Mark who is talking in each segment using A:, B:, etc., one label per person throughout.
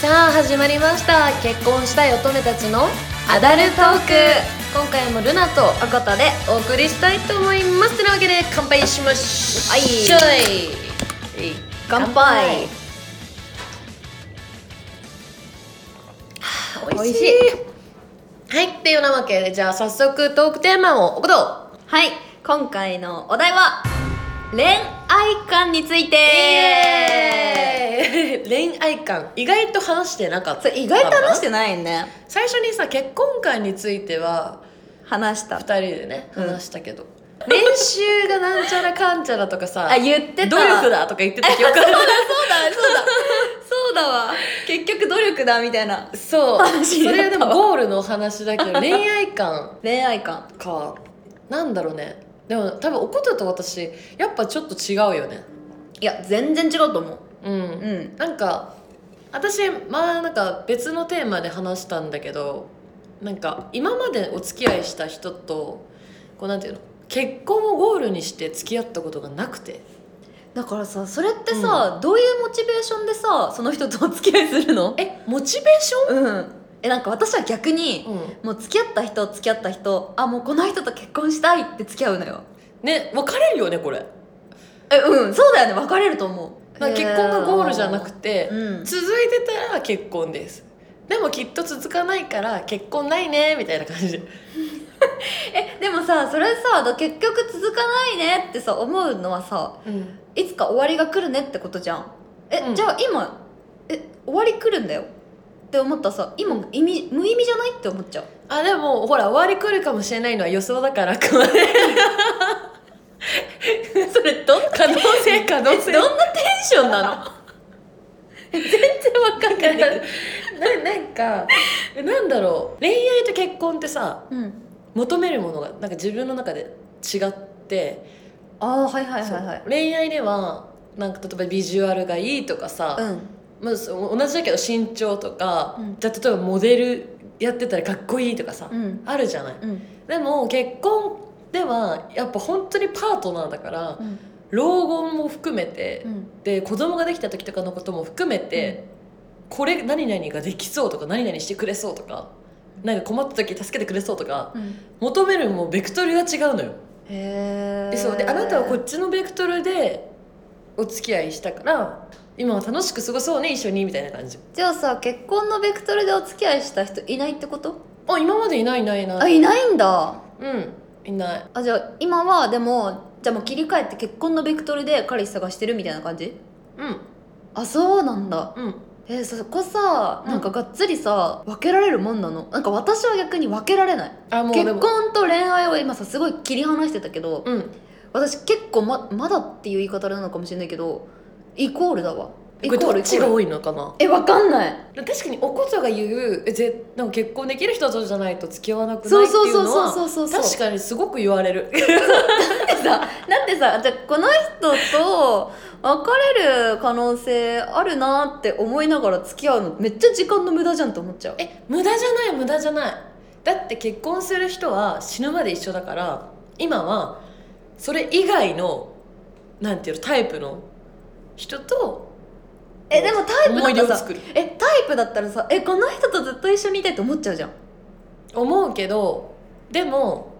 A: さあ始まりました結婚したい乙女たちのアダルトーク今回もルナとアカタでお送りしたいと思いますというわけで乾杯しましょ
B: はい
A: いはい
B: 乾杯
A: 乾杯美味しいはいっていうようなわけでじゃあ早速トークテーマをおこど
B: はい今回のお題は恋愛観について
A: えー恋愛観意外と話してなかった
B: それ意外と話しててないね
A: 最初にさ結婚観については
B: 話した
A: 2人でね
B: うん
A: 話したけど、練習がなんちゃらかんちゃらとかさ
B: あ言ってた
A: 努力だとか言ってた記憶 あ
B: そうだそうだそうだわ結局努力だみたいな
A: るそう
B: 話
A: それはでも
B: だわ
A: ゴールのお話だけど恋愛観
B: 恋愛観
A: かなんだろうねでも多分おことと私やっぱちょっと違うよね
B: いや全然違うと思う
A: うん、
B: うん
A: なんか私まあなんか別のテーマで話したんだけどなんか今までお付き合いした人とこうなんていうの結婚をゴールにして付き合ったことがなくて
B: だからさそれってさ、どういうモチベーションでさその人とお付き合いするの
A: えモチベーシ
B: うんえなんか私は逆に、
A: ョン、うん、
B: もう付き合った人付き合った人あもうこの人と結婚したいって付き合うのよ
A: ね別れるよねこれ
B: えうんそうだよね別れると思う
A: なんか結婚がゴールじゃなくて、
B: うん
A: 続いてたら結婚ですでもきっと続かないから結婚ないねみたいな感じで
B: えでもさそれさだ結局続かないねってさ思うのはさ
A: うん
B: いつか終わりが来るねってことじゃんえ、
A: うん
B: じゃあ今え終わり来るんだよって思ったらさ今意味無意味じゃないって思っ ちゃう
A: あでもほら終わり来るかもしれないのは予想だからそれどん可能性可能性
B: どんなテンションな のえ全然わかんない
A: ななんかえなんだろう恋愛と結婚ってさ
B: うん
A: 求めるものがなんか自分の中で違って、
B: ああはいはいはいはい
A: そう恋愛ではなんか例えばビジュアルがいいとかさ、
B: うん
A: まあ、そう同じだけど身長とか、
B: うん
A: じゃあ例えばモデルやってたらかっこいいとかさ、
B: うん
A: あるじゃない
B: うん
A: でも結婚ではやっぱ本当にパートナーだから
B: うん
A: 老後も含めて、
B: うん
A: で子供ができた時とかのことも含めて、これ何々ができそうとか何々してくれそうとかなんか困った時助けてくれそうとか
B: うん
A: 求めるもうベクトルが違うのよ。
B: へ
A: でそうであなたはこっちのベクトルでお付き合いしたから今は楽しく過ごそうね一緒にみたいな感じ。
B: じゃあさ結婚のベクトルでお付き合いした人いないってこと
A: あ今までいないいないい
B: あ
A: ない
B: いないんだ
A: うんいない
B: あじゃあ今はでもじゃあもう切り替えて結婚のベクトルで彼氏探してるみたいな感じ
A: うん
B: あそうなんだ
A: うん
B: えーそこさ
A: うん
B: なんかがっつりさ、分けられるもんなのなんか私は逆に分けられない
A: あもう
B: 結
A: でも
B: 婚と恋愛を今さすごい切り離してたけど、
A: うん
B: 私結構ままだっていう言い方あれなのかもしれないけどイコールだわイ
A: こ
B: コ
A: れ
B: ー
A: ど
B: ル
A: っ
B: イコー
A: ちが
B: ル
A: 多いのかな
B: え分かんない
A: 確かにおことが言うえぜなんか結婚できる人とじゃないと付き合わなくな
B: そ
A: いうって
B: そう
A: い
B: そうう
A: の
B: そう
A: は
B: そうそうそう
A: 確かにすごく言われる
B: だってさだってさじゃあこの人と別れる可能性あるなって思いながら付き合うのめっちゃ時間の無駄じゃんって思っちゃう
A: え無駄じゃない無駄じゃないだって結婚する人は死ぬまで一緒だから今はそれ以外のなんていうのタイプの人と
B: えでもタイプ
A: 思い
B: だっ
A: 出を
B: たらさ
A: 作る
B: えタイプだったらさえこの人とずっと一緒にいたいって思っちゃうじゃん
A: 思うけどでも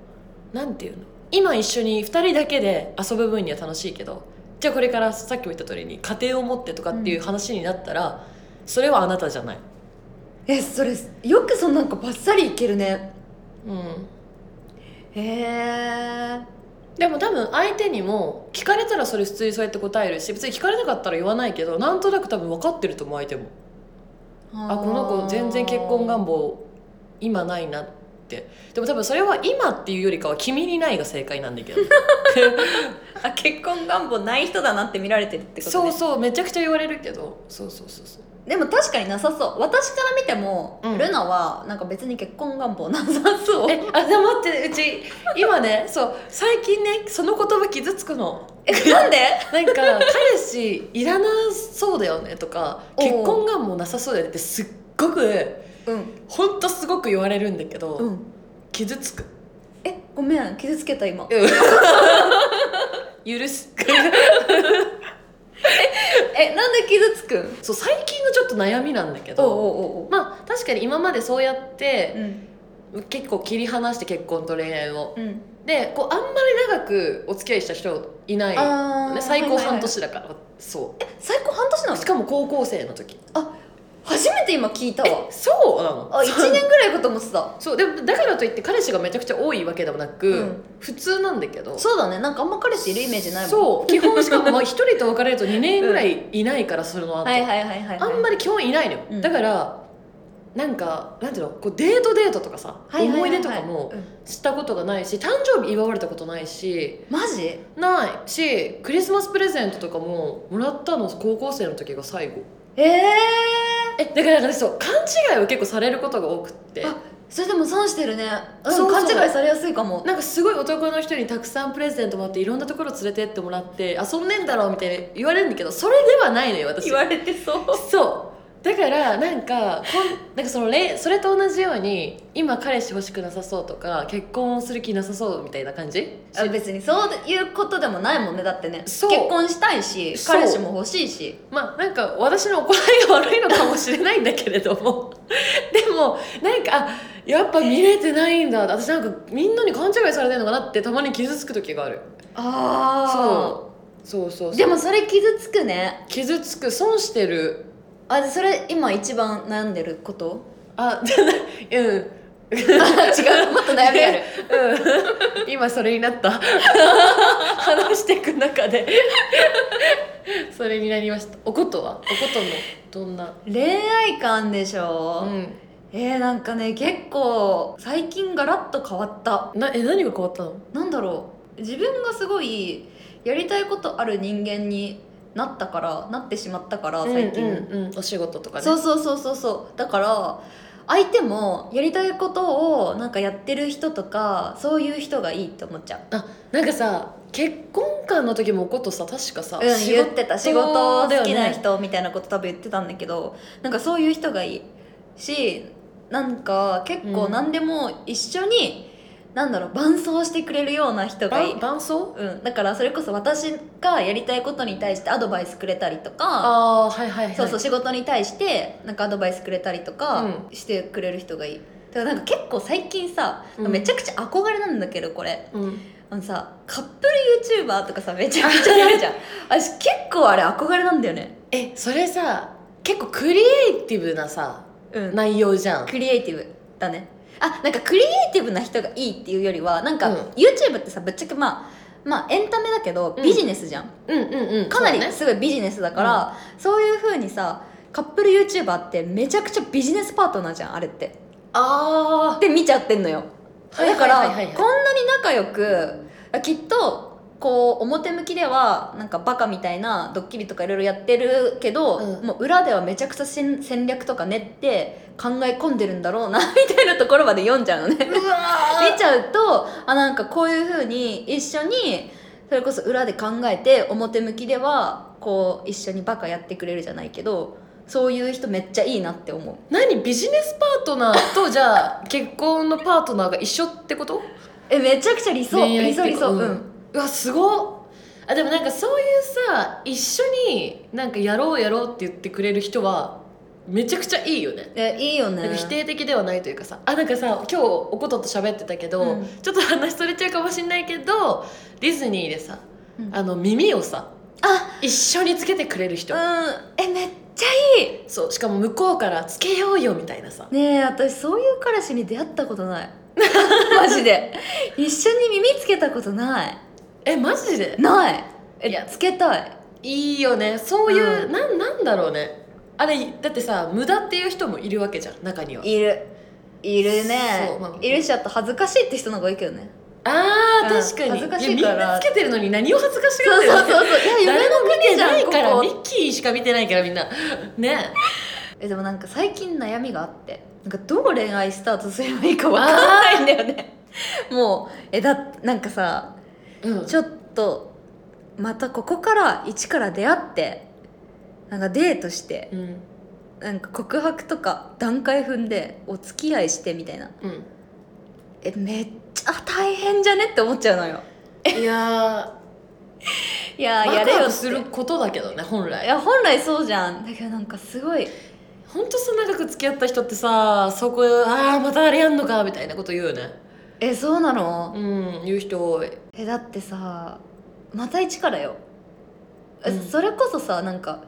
A: なんていうの今一緒に2人だけで遊ぶ分には楽しいけどじゃあこれからさっきも言った通りに家庭を持ってとかっていう話になったら、それはあなたじゃない。
B: えそれよくそんなんかバッサリいけるね
A: うん
B: へえ
A: でも多分相手にも聞かれたらそれ普通にそうやって答えるし別に聞かれなかったら言わないけどなんとなく多分分かってると思う相手もあこの子全然結婚願望今ないなってでも多分それは今っていうよりかは君にないが正解なんだけ ど
B: あ結婚願望ない人だなって見られてるってこと、
A: そ
B: ね、
A: うそうめちゃくちゃ言われるけどそうそうそうそう
B: でも確かになさそう私から見ても、
A: うん
B: ルナはなんか別に結婚願望なさそう
A: えあでも待ってうち今ねそう最近ねその言葉傷つくの
B: えなんで
A: なんか彼氏いらなそうだよねとか
B: おう
A: 結婚願望なさそうだよねってすっごく
B: うん
A: ほんとすごく言われるんだけど、
B: うん
A: 傷つく
B: えごめん傷つけた今
A: 許す
B: ええなんで傷つくん
A: そう最近のちょっと悩みなんだけ
B: おう
A: ど
B: おうおう
A: まあ確かに今までそうやって
B: ん
A: 結構切り離して結婚と恋愛を
B: うん
A: でこうあんまり長くお付き合いした人いない、
B: あー
A: ね、最高半
B: はいはいはい
A: 年だから、そ
B: 最高半年な
A: う
B: の
A: しかも高校生の時
B: 初めて今聞いたわ
A: そうなの
B: あ一1年ぐらいかと思ってた
A: そうでもだからといって彼氏がめちゃくちゃ多いわけでもなく、
B: うん
A: 普通なんだけど
B: そうだねなんかあんま彼氏いるイメージないもん
A: そう基本しかもまあ一人と別れると2年ぐらいいないからその後、
B: はいはいはいはいはい
A: あんまり基本いないのよ、
B: うん
A: だからなんかなんていうのこうデートデートとかさ、
B: はいはいはいはい
A: 思い出とかも
B: うん
A: したことがないし誕生日祝われたことないし
B: マジ
A: ないしクリスマスプレゼントとかももらったの高校生の時が最後
B: ええ
A: えだから私そう勘違いを結構されることが多くって
B: あそれでも損してるねうん
A: そうそう
B: 勘違いされやすいか も
A: なんかすごい男の人にたくさんプレゼントもらっていろんなところ連れてってもらって遊んでんだろうみたいに言われるんだけどそれではないのよ私
B: れてそう
A: そうだからなんかこんなんかそのれそれと同じように今彼氏欲しくなさそうとか結婚する気なさそうみたいな感じ
B: あ別にそういうことでもないもんねだってね結
A: そう
B: 婚したいし
A: そう
B: 彼氏も欲しいし
A: まあなんか私の行いが悪いのかもしれないんだけれども でもなんかあやっぱ見れてないんだ私なんかみんなに勘違いされてるのかなってたまに傷つく時がある
B: あ
A: そうそうそうそう
B: でもそれ傷つくね
A: 傷つく損してる
B: あそれ今一番悩んでること
A: あ じゃないうん
B: あ違うもっと悩みある
A: うん、今それになった話していく中でそれになりましたおことはおこともどんな
B: 恋愛観でしょ、
A: ん
B: えー、なんかね結構最近ガラッと変わった
A: なえ何が変わったの
B: なんだろう自分がすごいやりたいことある人間になったからなってしまったから最
A: 最
B: 近、
A: 近、お仕事とかね
B: そうそうそうそうそうだから相手もやりたいことをなんかやってる人とかそういう人がいいって思っちゃう
A: なんかさ結婚観の時もおことさ確かさ、
B: うん
A: 仕事
B: 言ってた仕事
A: だよ
B: 好き
A: ね
B: な人みたいなこと多分言ってたんだけど、なんかそういう人がいいしなんか結構
A: うん
B: 何でも一緒に、なんだろう伴走してくれるような人がいい
A: ば、伴奏
B: うん、だからそれこそ私がやりたいことに対してアドバイスくれたりとか
A: ああはいはいはい
B: そうそう仕事に対してなんかアドバイスくれたりとかしてくれる人がいい、だからなんか結構最近さ、
A: うん
B: めちゃくちゃ憧れなんだけどこれ
A: うん、
B: あのさカップル YouTuber とかさめちゃくちゃや るじゃん私結構あれ憧れなんだよね
A: えそれさ結構クリエイティブなさ
B: うん
A: 内容じゃん
B: クリエイティブだねあなんかクリエイティブな人がいいっていうよりはなんか、
A: うん
B: YouTube ってさぶっちゃけまあまあエンタメだけど
A: うん
B: ビジネスじゃん、
A: うんうんうん
B: かなり
A: そうだね
B: すごいビジネスだからそう,、いう風にさカップル YouTuber ってめちゃくちゃビジネスパートナーじゃんあれって
A: あ
B: で見ちゃってんのよ
A: あ
B: だから、こ
A: ん
B: んなに仲良くきっとこう表向きではなんかバカみたいなドッキリとかいろいろやってるけど、
A: うん
B: もう裏ではめちゃくちゃ戦戦略とか練って考え込んでるんだろうなみたいなところまで読んじゃうのね
A: うわー
B: 見ちゃうとあなんかこういうふうに一緒にそれこそ裏で考えて表向きではこう一緒にバカやってくれるじゃないけどそういう人めっちゃいいなって思う
A: 何ビジネスパートナーとじゃあ結婚のパートナーが一緒ってこと
B: えめちゃくちゃ理想
A: 恋
B: 理
A: 愛って
B: 想理想
A: う
B: うんん、
A: うわすごっあでもなんかそういうさ一緒になんかやろうやろうって言ってくれる人はめちゃくちゃいいよね
B: えいいよ
A: なん
B: ね
A: か否定的ではないというかさあなんかさ今日おことと喋ってたけど、
B: うん
A: ちょっと話それちゃうかもしんないけどディズニーでさ
B: うん
A: あの耳をさ
B: あ
A: 一緒につけてくれる人、
B: うんえめっちゃいい
A: そうしかも向こうからつけようよみたいなさ
B: ねえ私そういう彼氏に出会ったことない マジで一緒に耳つけたことない
A: えマジで
B: ないえ
A: いや
B: つけたい
A: いいよねそういう、
B: うん
A: なんなんだろうねあれだってさ無駄っていう人もいるわけじゃん中にはい
B: るいるね
A: そうまあ
B: いるしあと恥ずかしいって人の方がいいけどね
A: あー、
B: うん
A: 確かに
B: 恥ずかしいから
A: やみんなつけてるのに何を恥ずかし
B: そ
A: がっ
B: う
A: てる
B: そう
A: の
B: そうそう いや夢
A: 誰
B: の
A: も見て
B: 国じゃ
A: ない
B: ん
A: から
B: こ
A: ミ
B: こ
A: ッキーしか見てないからみんなね
B: えでもなんか最近悩みがあってなんかどう恋愛スタートすればいいかわからないんだよねもうえだなんかさ
A: うん
B: ちょっとまたここから一から出会ってなんかデートして
A: うん
B: なんか告白とか段階踏んでお付き合いしてみたいな
A: う
B: えめっちゃ大変じゃねって思っちゃうのよ
A: んいや
B: いやー
A: ワ
B: や
A: ク
B: れ
A: ワ
B: よ
A: ク
B: っ
A: す
B: て
A: ることだけどね本
B: い
A: 来
B: や本来そうじゃんだけどなんかすごい
A: ほんとさ長く付き合った人ってさそこああまたあれやんのかみたいなこと言うよね
B: えそうなの、
A: うん言う人多い
B: えだってさまた一からよ、え
A: うん
B: それこそさなんか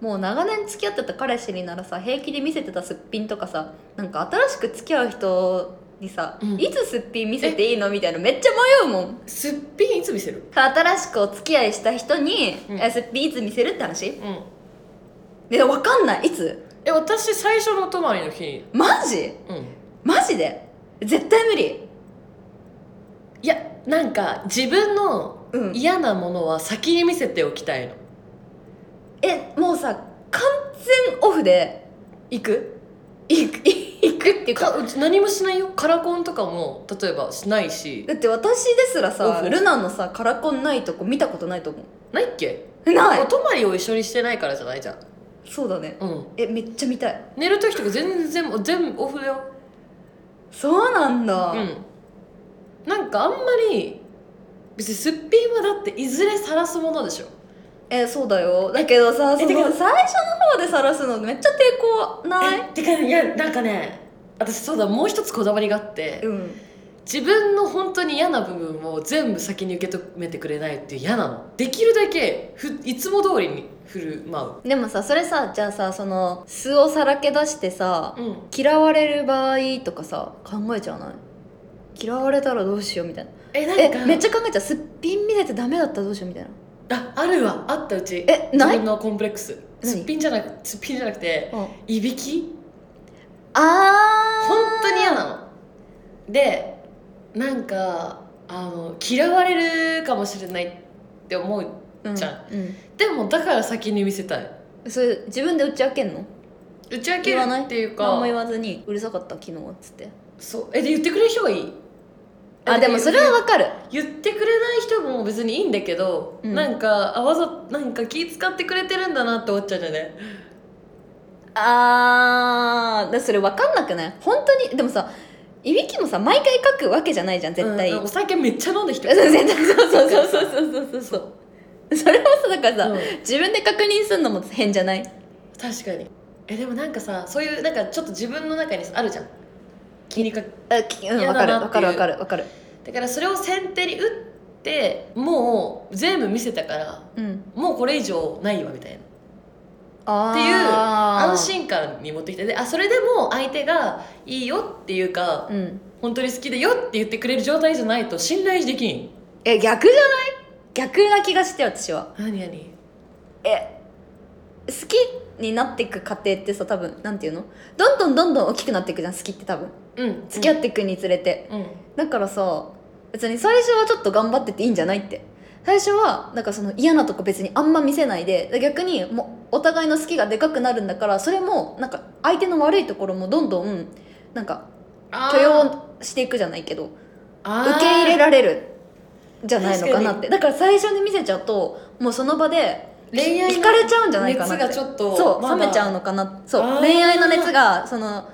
B: もう長年付き合ってた彼氏にならさ平気で見せてたすっぴんとかさなんか新しく付き合う人にさ、
A: うん
B: いつすっぴん見せていいのみたいなめっちゃ迷うもん
A: すっぴんいつ見せる
B: 新しくお付き合いした人に、
A: うん
B: えすっぴんいつ見せるって話
A: うん
B: でわかんないいつ
A: え私最初のお泊まりの日に
B: マジ
A: うん
B: マジで絶対無理
A: いやなんか自分の
B: うん
A: 嫌なものは先に見せておきたいの
B: えもうさ完全オフで
A: 行く
B: 行く行くっていうか
A: かうち何もしないよカラコンとかも例えばしないし
B: だって私ですら
A: オ
B: さ
A: フ
B: ルナのさカラコンないとこ見たことないと思
A: ないっけ
B: うな
A: お
B: い
A: 泊まりを一緒にしてないからじゃないじゃん
B: そうだね
A: うん
B: えめっちゃ見たい
A: 寝る時とか全然もう全部オフだよ
B: そうなんだ、
A: うんなんかあんまり別にすっぴんはだっていずれ晒すものでしょ
B: えそうだよだけどさ
A: え
B: その
A: て
B: 最
A: か
B: 初の方で晒すのめっちゃ抵抗ない
A: えてかねいやなんかね私そうだもう一つこだわりがあって、
B: うん
A: 自分の本当に嫌な部分を全部先に受け止めてくれないっていう嫌なのできるだけふいつも通りに振る舞
B: でもさそれさじゃあさその素をさらけ出してさ
A: う、うん、
B: 嫌われる場合とかさ考えちゃわない嫌われたらどうしようみたいな
A: えなんか
B: えめっちゃ考えちゃうすっぴん見れてダメだったらどうしようみたいな
A: ああるわあったうち
B: えない
A: 自分のコンプレックス
B: 何
A: すっぴんじゃなくすっぴんじゃなくて
B: うん
A: いびき
B: あー
A: 本当に嫌なのでなんかあの嫌われるかもしれないって思う
B: うん
A: じゃ
B: うん
A: でもだから先に見せたい
B: それ自分で打ち明けんの
A: 打ち明けるってい
B: 何
A: う
B: も
A: か
B: 言わずに「うるさかった昨日」っつって
A: そうえで言ってくれる人がいい
B: あでもそれはわかる
A: 言ってくれない人も別にいいんだけど、
B: うん
A: なんかあわざなんか気使ってくれてるんだなって思っちゃうじゃんね
B: あーだそれわかんなくない本当にでもさいびきもさ毎回書くわけじゃないじゃん絶対、
A: うんお酒めっちゃ飲んできて
B: 絶対そうそうそうそうそうそうそうそれもさだからさ、
A: うん
B: 自分で確認するのも変じゃない
A: 確かにえでもなんかさそういうなんかちょっと自分の中にあるじゃん気にかけ
B: あきうん
A: 嫌
B: わか
A: だ
B: る
A: な
B: わ
A: って
B: か
A: いう
B: るわかるわかる
A: だからそれを先手に打ってもう全部見せたから
B: うん
A: もうこれ以上ないわみたいな
B: あー
A: っていう安心感に持ってきてであそれでも相手がいいよっていうか、
B: うん
A: 本当に好きだよって言ってくれる状態じゃないと信頼できん
B: え逆じゃない逆な気がして私は
A: 何何
B: え好きになっていく過程ってさ多分なんていうのどんどんどんどん大きくなっていくじゃん好きって多分
A: うん
B: 付き合っていくにつれて、
A: うん
B: だからさ別に最初はちょっと頑張ってていいんじゃないって最初はなんかその嫌なとこ別にあんま見せないで逆にもうお互いの好きがでかくなるんだからそれもなんか相手の悪いところもどんどんなんか許容していくじゃないけど受け入れ
A: る
B: られるじゃないのかなっ
A: 確
B: てだから最初に見せちゃうともうその場で
A: 恋愛
B: 惹かれちゃうんじゃないかな
A: 熱
B: って
A: がちょっと
B: そう
A: まだ
B: 冷めちゃうのかなそう
A: あー
B: 恋愛の熱がその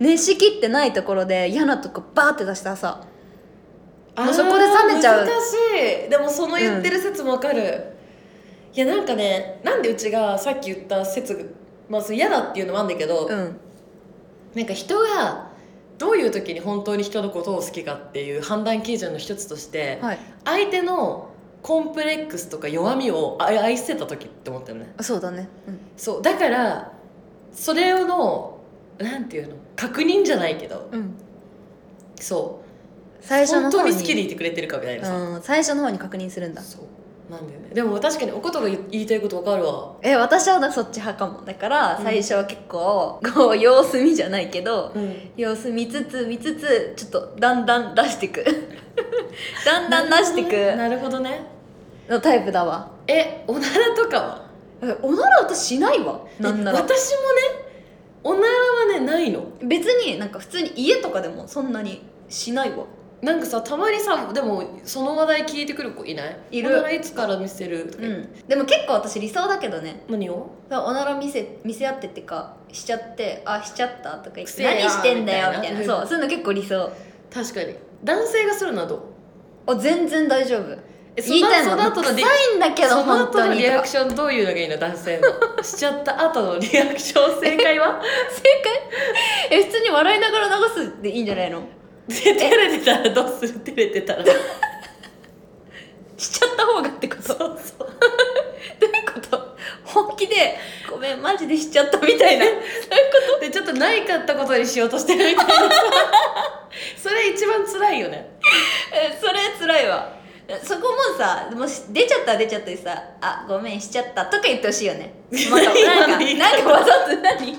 B: 熱しきってないところで嫌なとこバーって出したらさ
A: あ
B: もうそこで冷めちゃう
A: ー難しいでもその言ってる説もわかる、いやなんかねなんでうちがさっき言った説がまあそれ嫌だっていうのもあるんだけど、
B: うん
A: なんか人がどういう時に本当に人のことを好きかっていう判断基準の一つとして、
B: はい
A: 相手のコンプレックスとか弱みをあ愛してた時って思ったよね
B: あそうだね、うん、
A: そうだからそれのなんていうの確認じゃないけどそう
B: 最初の
A: 本
B: 方
A: 当
B: に
A: に好きでいてくれてるかみたいなさ、
B: うん、最初の方に確認するんだ
A: そうなんだよねでも確かにおことが言言いたいことわかるわ
B: え私はだそっち派かもだから
A: うん
B: 最初は結構、こう様子見じゃないけど
A: うん
B: 様子見つつ見つつちょっとだんだん出して くだんだん出してく
A: なるほどね
B: のタイプだわ
A: えおならとかは
B: えおなら私しないわなんな
A: え
B: ら
A: 私もねおならはねないの
B: 別になんか普通に家とかでもそんなにしないわ
A: なんかさたまにさでもその話題聞いてくる子いない
B: いる
A: おならいつから見せるとか
B: う
A: 言って、
B: んでも結構私理想だけどね
A: 何を
B: おなら見せ見せ合ってってかしちゃってあしちゃったとか言っ
A: く
B: て
A: せえ
B: 何
A: な
B: してんだよみ
A: み
B: た
A: たい
B: い
A: な
B: なそうそういうの結構理想
A: 確かに男性がするのはどう
B: あ全然大丈夫
A: えそ
B: 言い
A: の
B: たいも
A: そ
B: ん
A: の後の
B: 臭
A: リ
B: いんだけど
A: その
B: 本
A: 後
B: 当
A: の
B: に
A: リ
B: 正
A: アクションどういうのがいいの男性のしちゃった後のリアクション正解は
B: 解 え普通に笑いながら流すでいいんじゃないの
A: 照れてたらどうする照れてたら
B: しちゃった方がってこと そうそうどういうこと本気でごめんマジでしちゃったみたいな
A: でちょっとないかったことにしようとしてるみたいな それ一番辛いよね
B: え それ辛いわえそこもさもし出ちゃったら出ちゃったりさ「あごめんしちゃった」とか言ってほしい よねまたなん
A: 今
B: か
A: の言い方
B: なんかわざと 何
A: 何
B: 冗談っ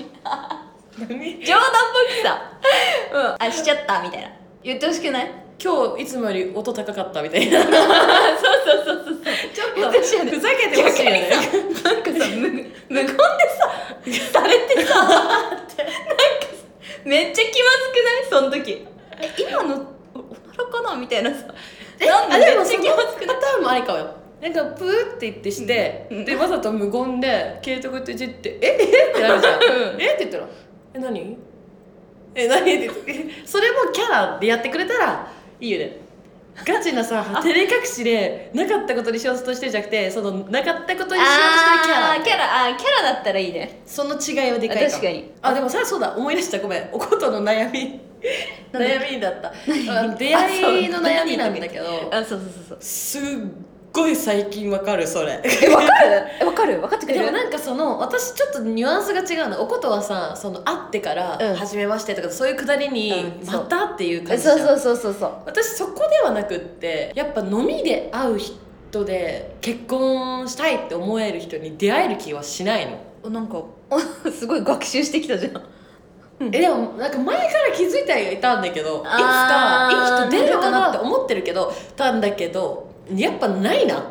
B: ぽくさ「うんあしちゃった」みたいな言ってほしくない
A: 今日いつもより音高かったみたいなそうそうそうそうちょっと
B: 私はね
A: ふざけてほしいよね
B: なんかさ無無言でさされてさなんかめっちゃ気まずくないその時え今のおならかなみたいなさなん
A: あ
B: で
A: で
B: め
A: も
B: っち
A: そ
B: ゃ
A: の
B: 気まずく
A: パ
B: な
A: ターンもありかもよなんかプーって言ってして、
B: うん
A: でわざと無言で携帯こうやっていじって「ええっ?」てなるじゃん「
B: うん
A: えっ?」て言ったら「え何え何?」って言ってそれもキャラでやってくれたらいいよねガチなさ照れ隠しでなかったことにしようとしてるじゃなくてそのなかったことにしようとしてるキャ
B: あ
A: ラ
B: ーキャラあーキャラだったらいいね
A: その違いはでかいかも
B: 確かに
A: あでもさそうだ思い出したごめんおことの悩み
B: なんだっけ
A: 悩みだったあ出会いの悩みなんだけど
B: あそうそうそう
A: すっごい最近わかるそれ
B: そうえわかるえわかる分かってく
A: で
B: れ
A: も
B: る
A: なんかその私ちょっとニュアンスが違うのおことはさその会ってから
B: うん
A: 「初めまして」とかそういうくだりに
B: うん
A: 「
B: そう
A: また」っていう
B: え
A: 感じじゃ
B: そ
A: ん
B: うそうそうそうそう
A: 私そこではなくってやっぱ飲みで会う人で結婚したいって思える人に出会える気はしないの、
B: おなんかおすごい学習してきたじゃん
A: えでもなんか前から気づいてはいたんだけどいつ
B: あー
A: かいい人出るか
B: なるほ
A: なって
B: ど
A: 思ってるけどたんだけどやっぱないな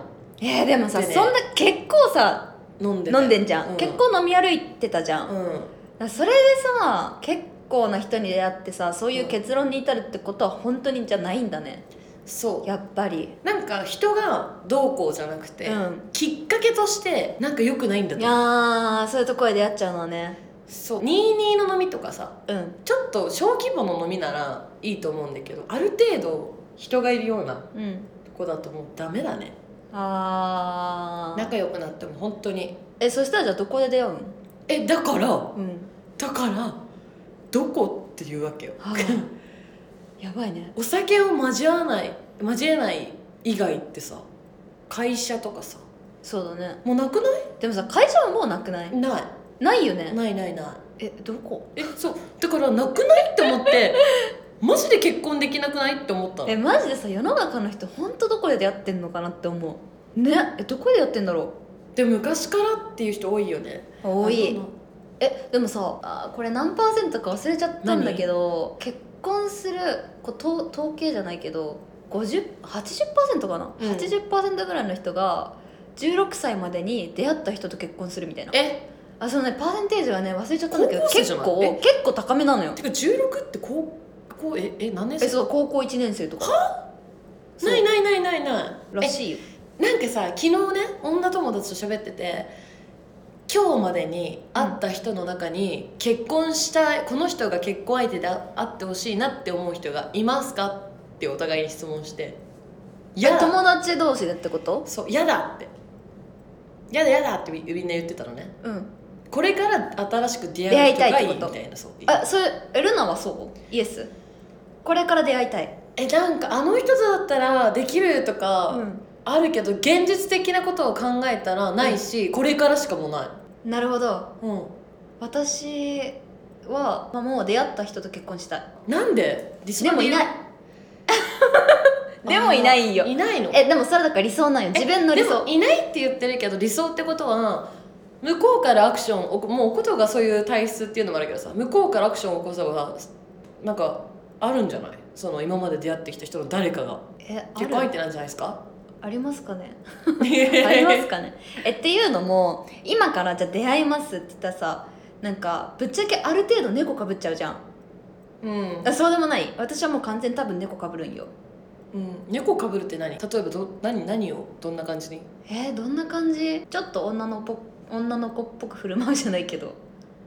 B: えーでもさ
A: でね
B: そんな結構さ
A: 飲んでて
B: 飲んでんじゃん、
A: う
B: 結構飲み歩いてたじゃん、だか
A: うん
B: らそれでさ結構な人に出会ってさそういう結論に至るってことは本当にじゃないんだね
A: そう
B: やっぱり
A: なんか人がどうこうじゃなくて、
B: うん
A: きっかけとしてなんか良くないんだ
B: い
A: と
B: や
A: 思う
B: ーそういうとこで出会っちゃうのはね
A: そう22の飲みとかさ
B: うん
A: ちょっと小規模の飲みならいいと思うんだけどある程度人がいるようなと
B: うん
A: こだともうダメだね
B: あー
A: 仲良くなっても本当に
B: えそしたらじゃあどこで出会うの
A: えだから
B: うん
A: だからどこっていうわけよ
B: あやばいね
A: お酒を交わない交えない以外ってさ会社とかさ
B: そうだね
A: もうなくな
B: でもさ会社はもうなくない
A: いな
B: ないよ
A: い
B: ね
A: ないないない
B: えどこ
A: えそうだからなくないって思ってマジで結婚できなくないって思ったの
B: えマジでさ世の中の人ほんとどこで出会ってんのかなって思うねえどこでやってんだろ
A: で昔からっていう人多いよね
B: う多
A: あ
B: い
A: の
B: えでもさあーこれ何パーセントか忘れちゃったんだけど結婚するこう統統計じゃないけど50 80%かな、
A: うん
B: 80%ぐらいの人が16歳までに出会った人と結婚するみたいな
A: え
B: あそのねパーセンテージはね忘れちゃったんだけど
A: 高校生じ
B: 結
A: ゃない
B: 構
A: え
B: 結構高めなのよ
A: てか16って高校ええ何年
B: え
A: 生
B: そう高校1年生とかそう
A: ないないないないない
B: らしいよ
A: えなんかさ昨日ね女友達と喋ってて今日までに会った人の中に、結婚したいこの人が結婚相手であ会ってほしいなって思う人がいますかってお互いに質問してい
B: え
A: や
B: 友達同士でってこと
A: そう嫌だって嫌だ嫌だってみみんな言ってたのね
B: うん
A: これから新しく出会う人がい
B: 出会いたいっ
A: いみ
B: てこと
A: たいなそう
B: あそれえルナはそうイエスこれから出会いたい、
A: えなんかあの人とだったらできるとかあるけど、現実的なことを考えたらないし、これからしかもない、
B: なるほど
A: うん、
B: 私は、まあ、もう出会った人と結婚したい
A: なんで理
B: でもいないでもいないよ
A: いないの
B: えでもそれだから理想なんよ自分の理
A: でも
B: 想
A: いないって言ってるけど理想ってことは向こうからアクションをもうおことがそういう体質っていうのもあるけどさ向こうからアクションを起こせばなんかあるんじゃないその今まで出会ってきた人の誰かが
B: えあ
A: 結婚相
B: る
A: 手なんじゃないですか
B: ありますかね
A: あ
B: あります
A: り
B: かねえっていうのも今からじゃあ出会いますって言ったらさなんかぶっちゃけある程度猫かぶっちゃうじゃん
A: うん
B: あそうでもない私はもう完全に多分猫かぶるんよ
A: うん、猫かぶるって何例えばど何何をどんな感じに
B: えー、どんな感じちょっと女のぽ女の子っぽく振る舞うじゃないけど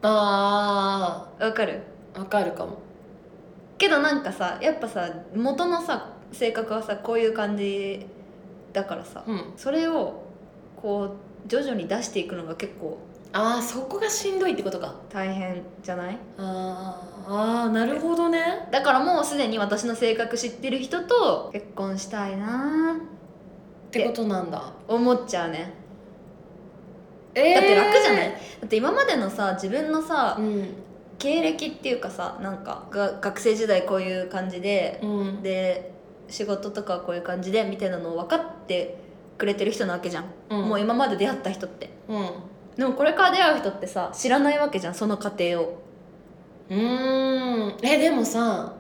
A: あ
B: わかる
A: あわかるかも
B: けどなんかさやっぱさ元のさ性格はさこういう感じだからさ
A: うん、
B: それをこう徐々に出していくのが結構
A: ああそこがしんどいってことか
B: 大変じゃない
A: あーあーなるほどね
B: だからもうすでに私の性格知ってる人と結婚したいな
A: ってことなんだ
B: ー思っちゃうね
A: え
B: だって楽じゃない、だって今までのさ自分のさ
A: うん
B: 経歴っていうかさなんかが学生時代こういう感じで、
A: うん
B: で仕事とかはこういう感じでみたいなのを分かってくれてる人なわけじゃん、
A: うん
B: もう今まで出会った人って
A: うん
B: でもこれから出会う人ってさ知らないわけじゃんその過程を
A: うーんえでもさ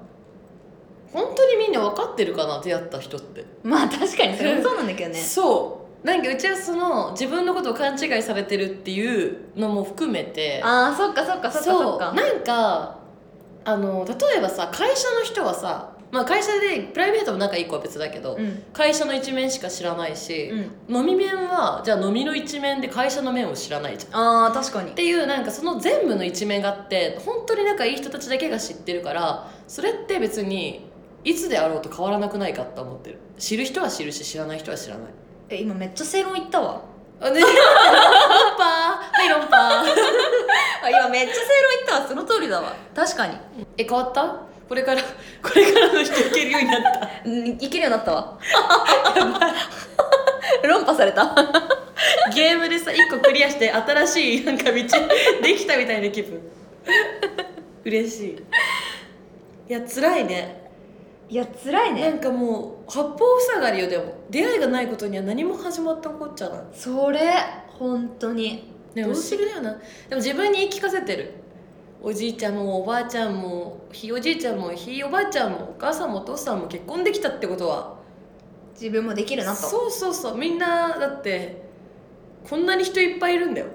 A: 本当にみんな分かってるかな出会った人って、
B: まあ確かにそれもそうなんだけどね
A: そうなんかうちはその自分のことを勘違いされてるっていうのも含めて
B: あーそっかそっかそっかそっか
A: なんかあの例えばさ会社の人はさ、まあ、会社でプライベートも仲いい子は別だけど、
B: うん
A: 会社の一面しか知らないし、
B: うん
A: 飲み面はじゃあ飲みの一面で会社の面を知らないじゃんっ
B: あー確かに
A: ていうなんかその全部の一面があって本当に仲いい人たちだけが知ってるからそれって別にいつであろうと変わらなくないかって思ってる知る人は知るし知らない人は知らない
B: え今めっちゃ正論言ったわ
A: あねロンパーはいロンパー
B: あ今めっちゃ正論言ったわその通りだわ確かに
A: え変わったこれからこれからの人いけるようになった
B: うんいけるようになったわ論破された
A: ゲームでさ一個クリアして新しいなんか道できたみたいな気分嬉しいいや辛いね
B: いや辛い
A: なんかもう八方塞がりよでも出会いがないことには何も始まったこっちゃない
B: それ本当に
A: で
B: ど
A: も
B: う
A: 不
B: し
A: 思議だよなでも自分に言い聞かせてるおじいちゃんもおばあちゃんもひいおじいちゃんもひいおばあちゃんもお母さんもお父さんも結婚できたってことは
B: 自分もできるなと
A: そうそうそうみんなだってこんなに人いっぱいいるんだよ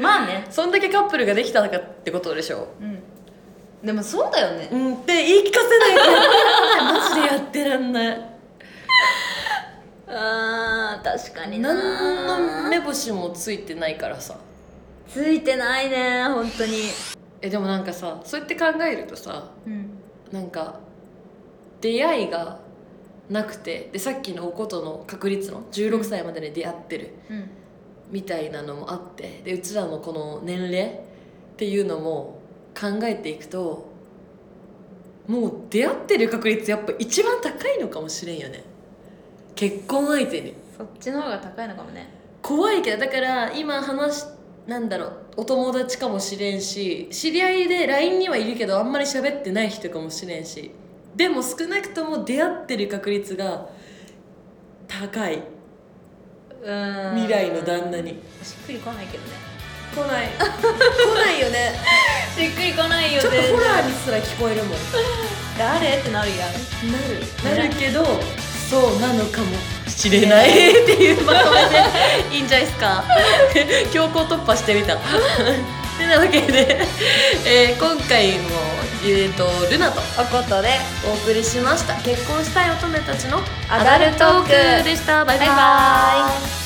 B: まあね
A: そんだけカップルができたかってことでしょ
B: うんでもそうだよね
A: うんって言い聞かせ ないとやってらんないマジでやってらんない
B: あー確かにな
A: 何の目星もついてないからさ
B: ついてないね本当に
A: えでもなんかさそうやって考えるとさ
B: うん
A: なんか出会いがなくてでさっきのおことの確率の16歳までに出会ってる
B: うん
A: みたいなのもあってでうちらのこの年齢っていうのも考えていくともう出会ってる確率やっぱ一番高いのかもしれんよね結婚相手に
B: そっちの方が高いのかもね
A: 怖いけどだから今話しなんだろうお友達かもしれんし知り合いで LINE にはいるけどあんまり喋ってない人かもしれんしでも少なくとも出会ってる確率が高い
B: うん
A: 未来の旦那に
B: しっくりこないけどね
A: 来ない来ないよね
B: しっくりこないよ
A: ちょっと
B: 全然
A: ホラーにすら聞こえるもんな
B: 誰ってなるやん
A: るなるけどそうなのかもしれないっていうまとめでいいんじゃないです か強行突破してみたてなわけで、えー今回もえっ、とルナと
B: おことで
A: お送りしました結婚したい乙女たちの
B: アダルトーク
A: でしたバイ
B: バ
A: バ
B: イ
A: イ
B: バーイ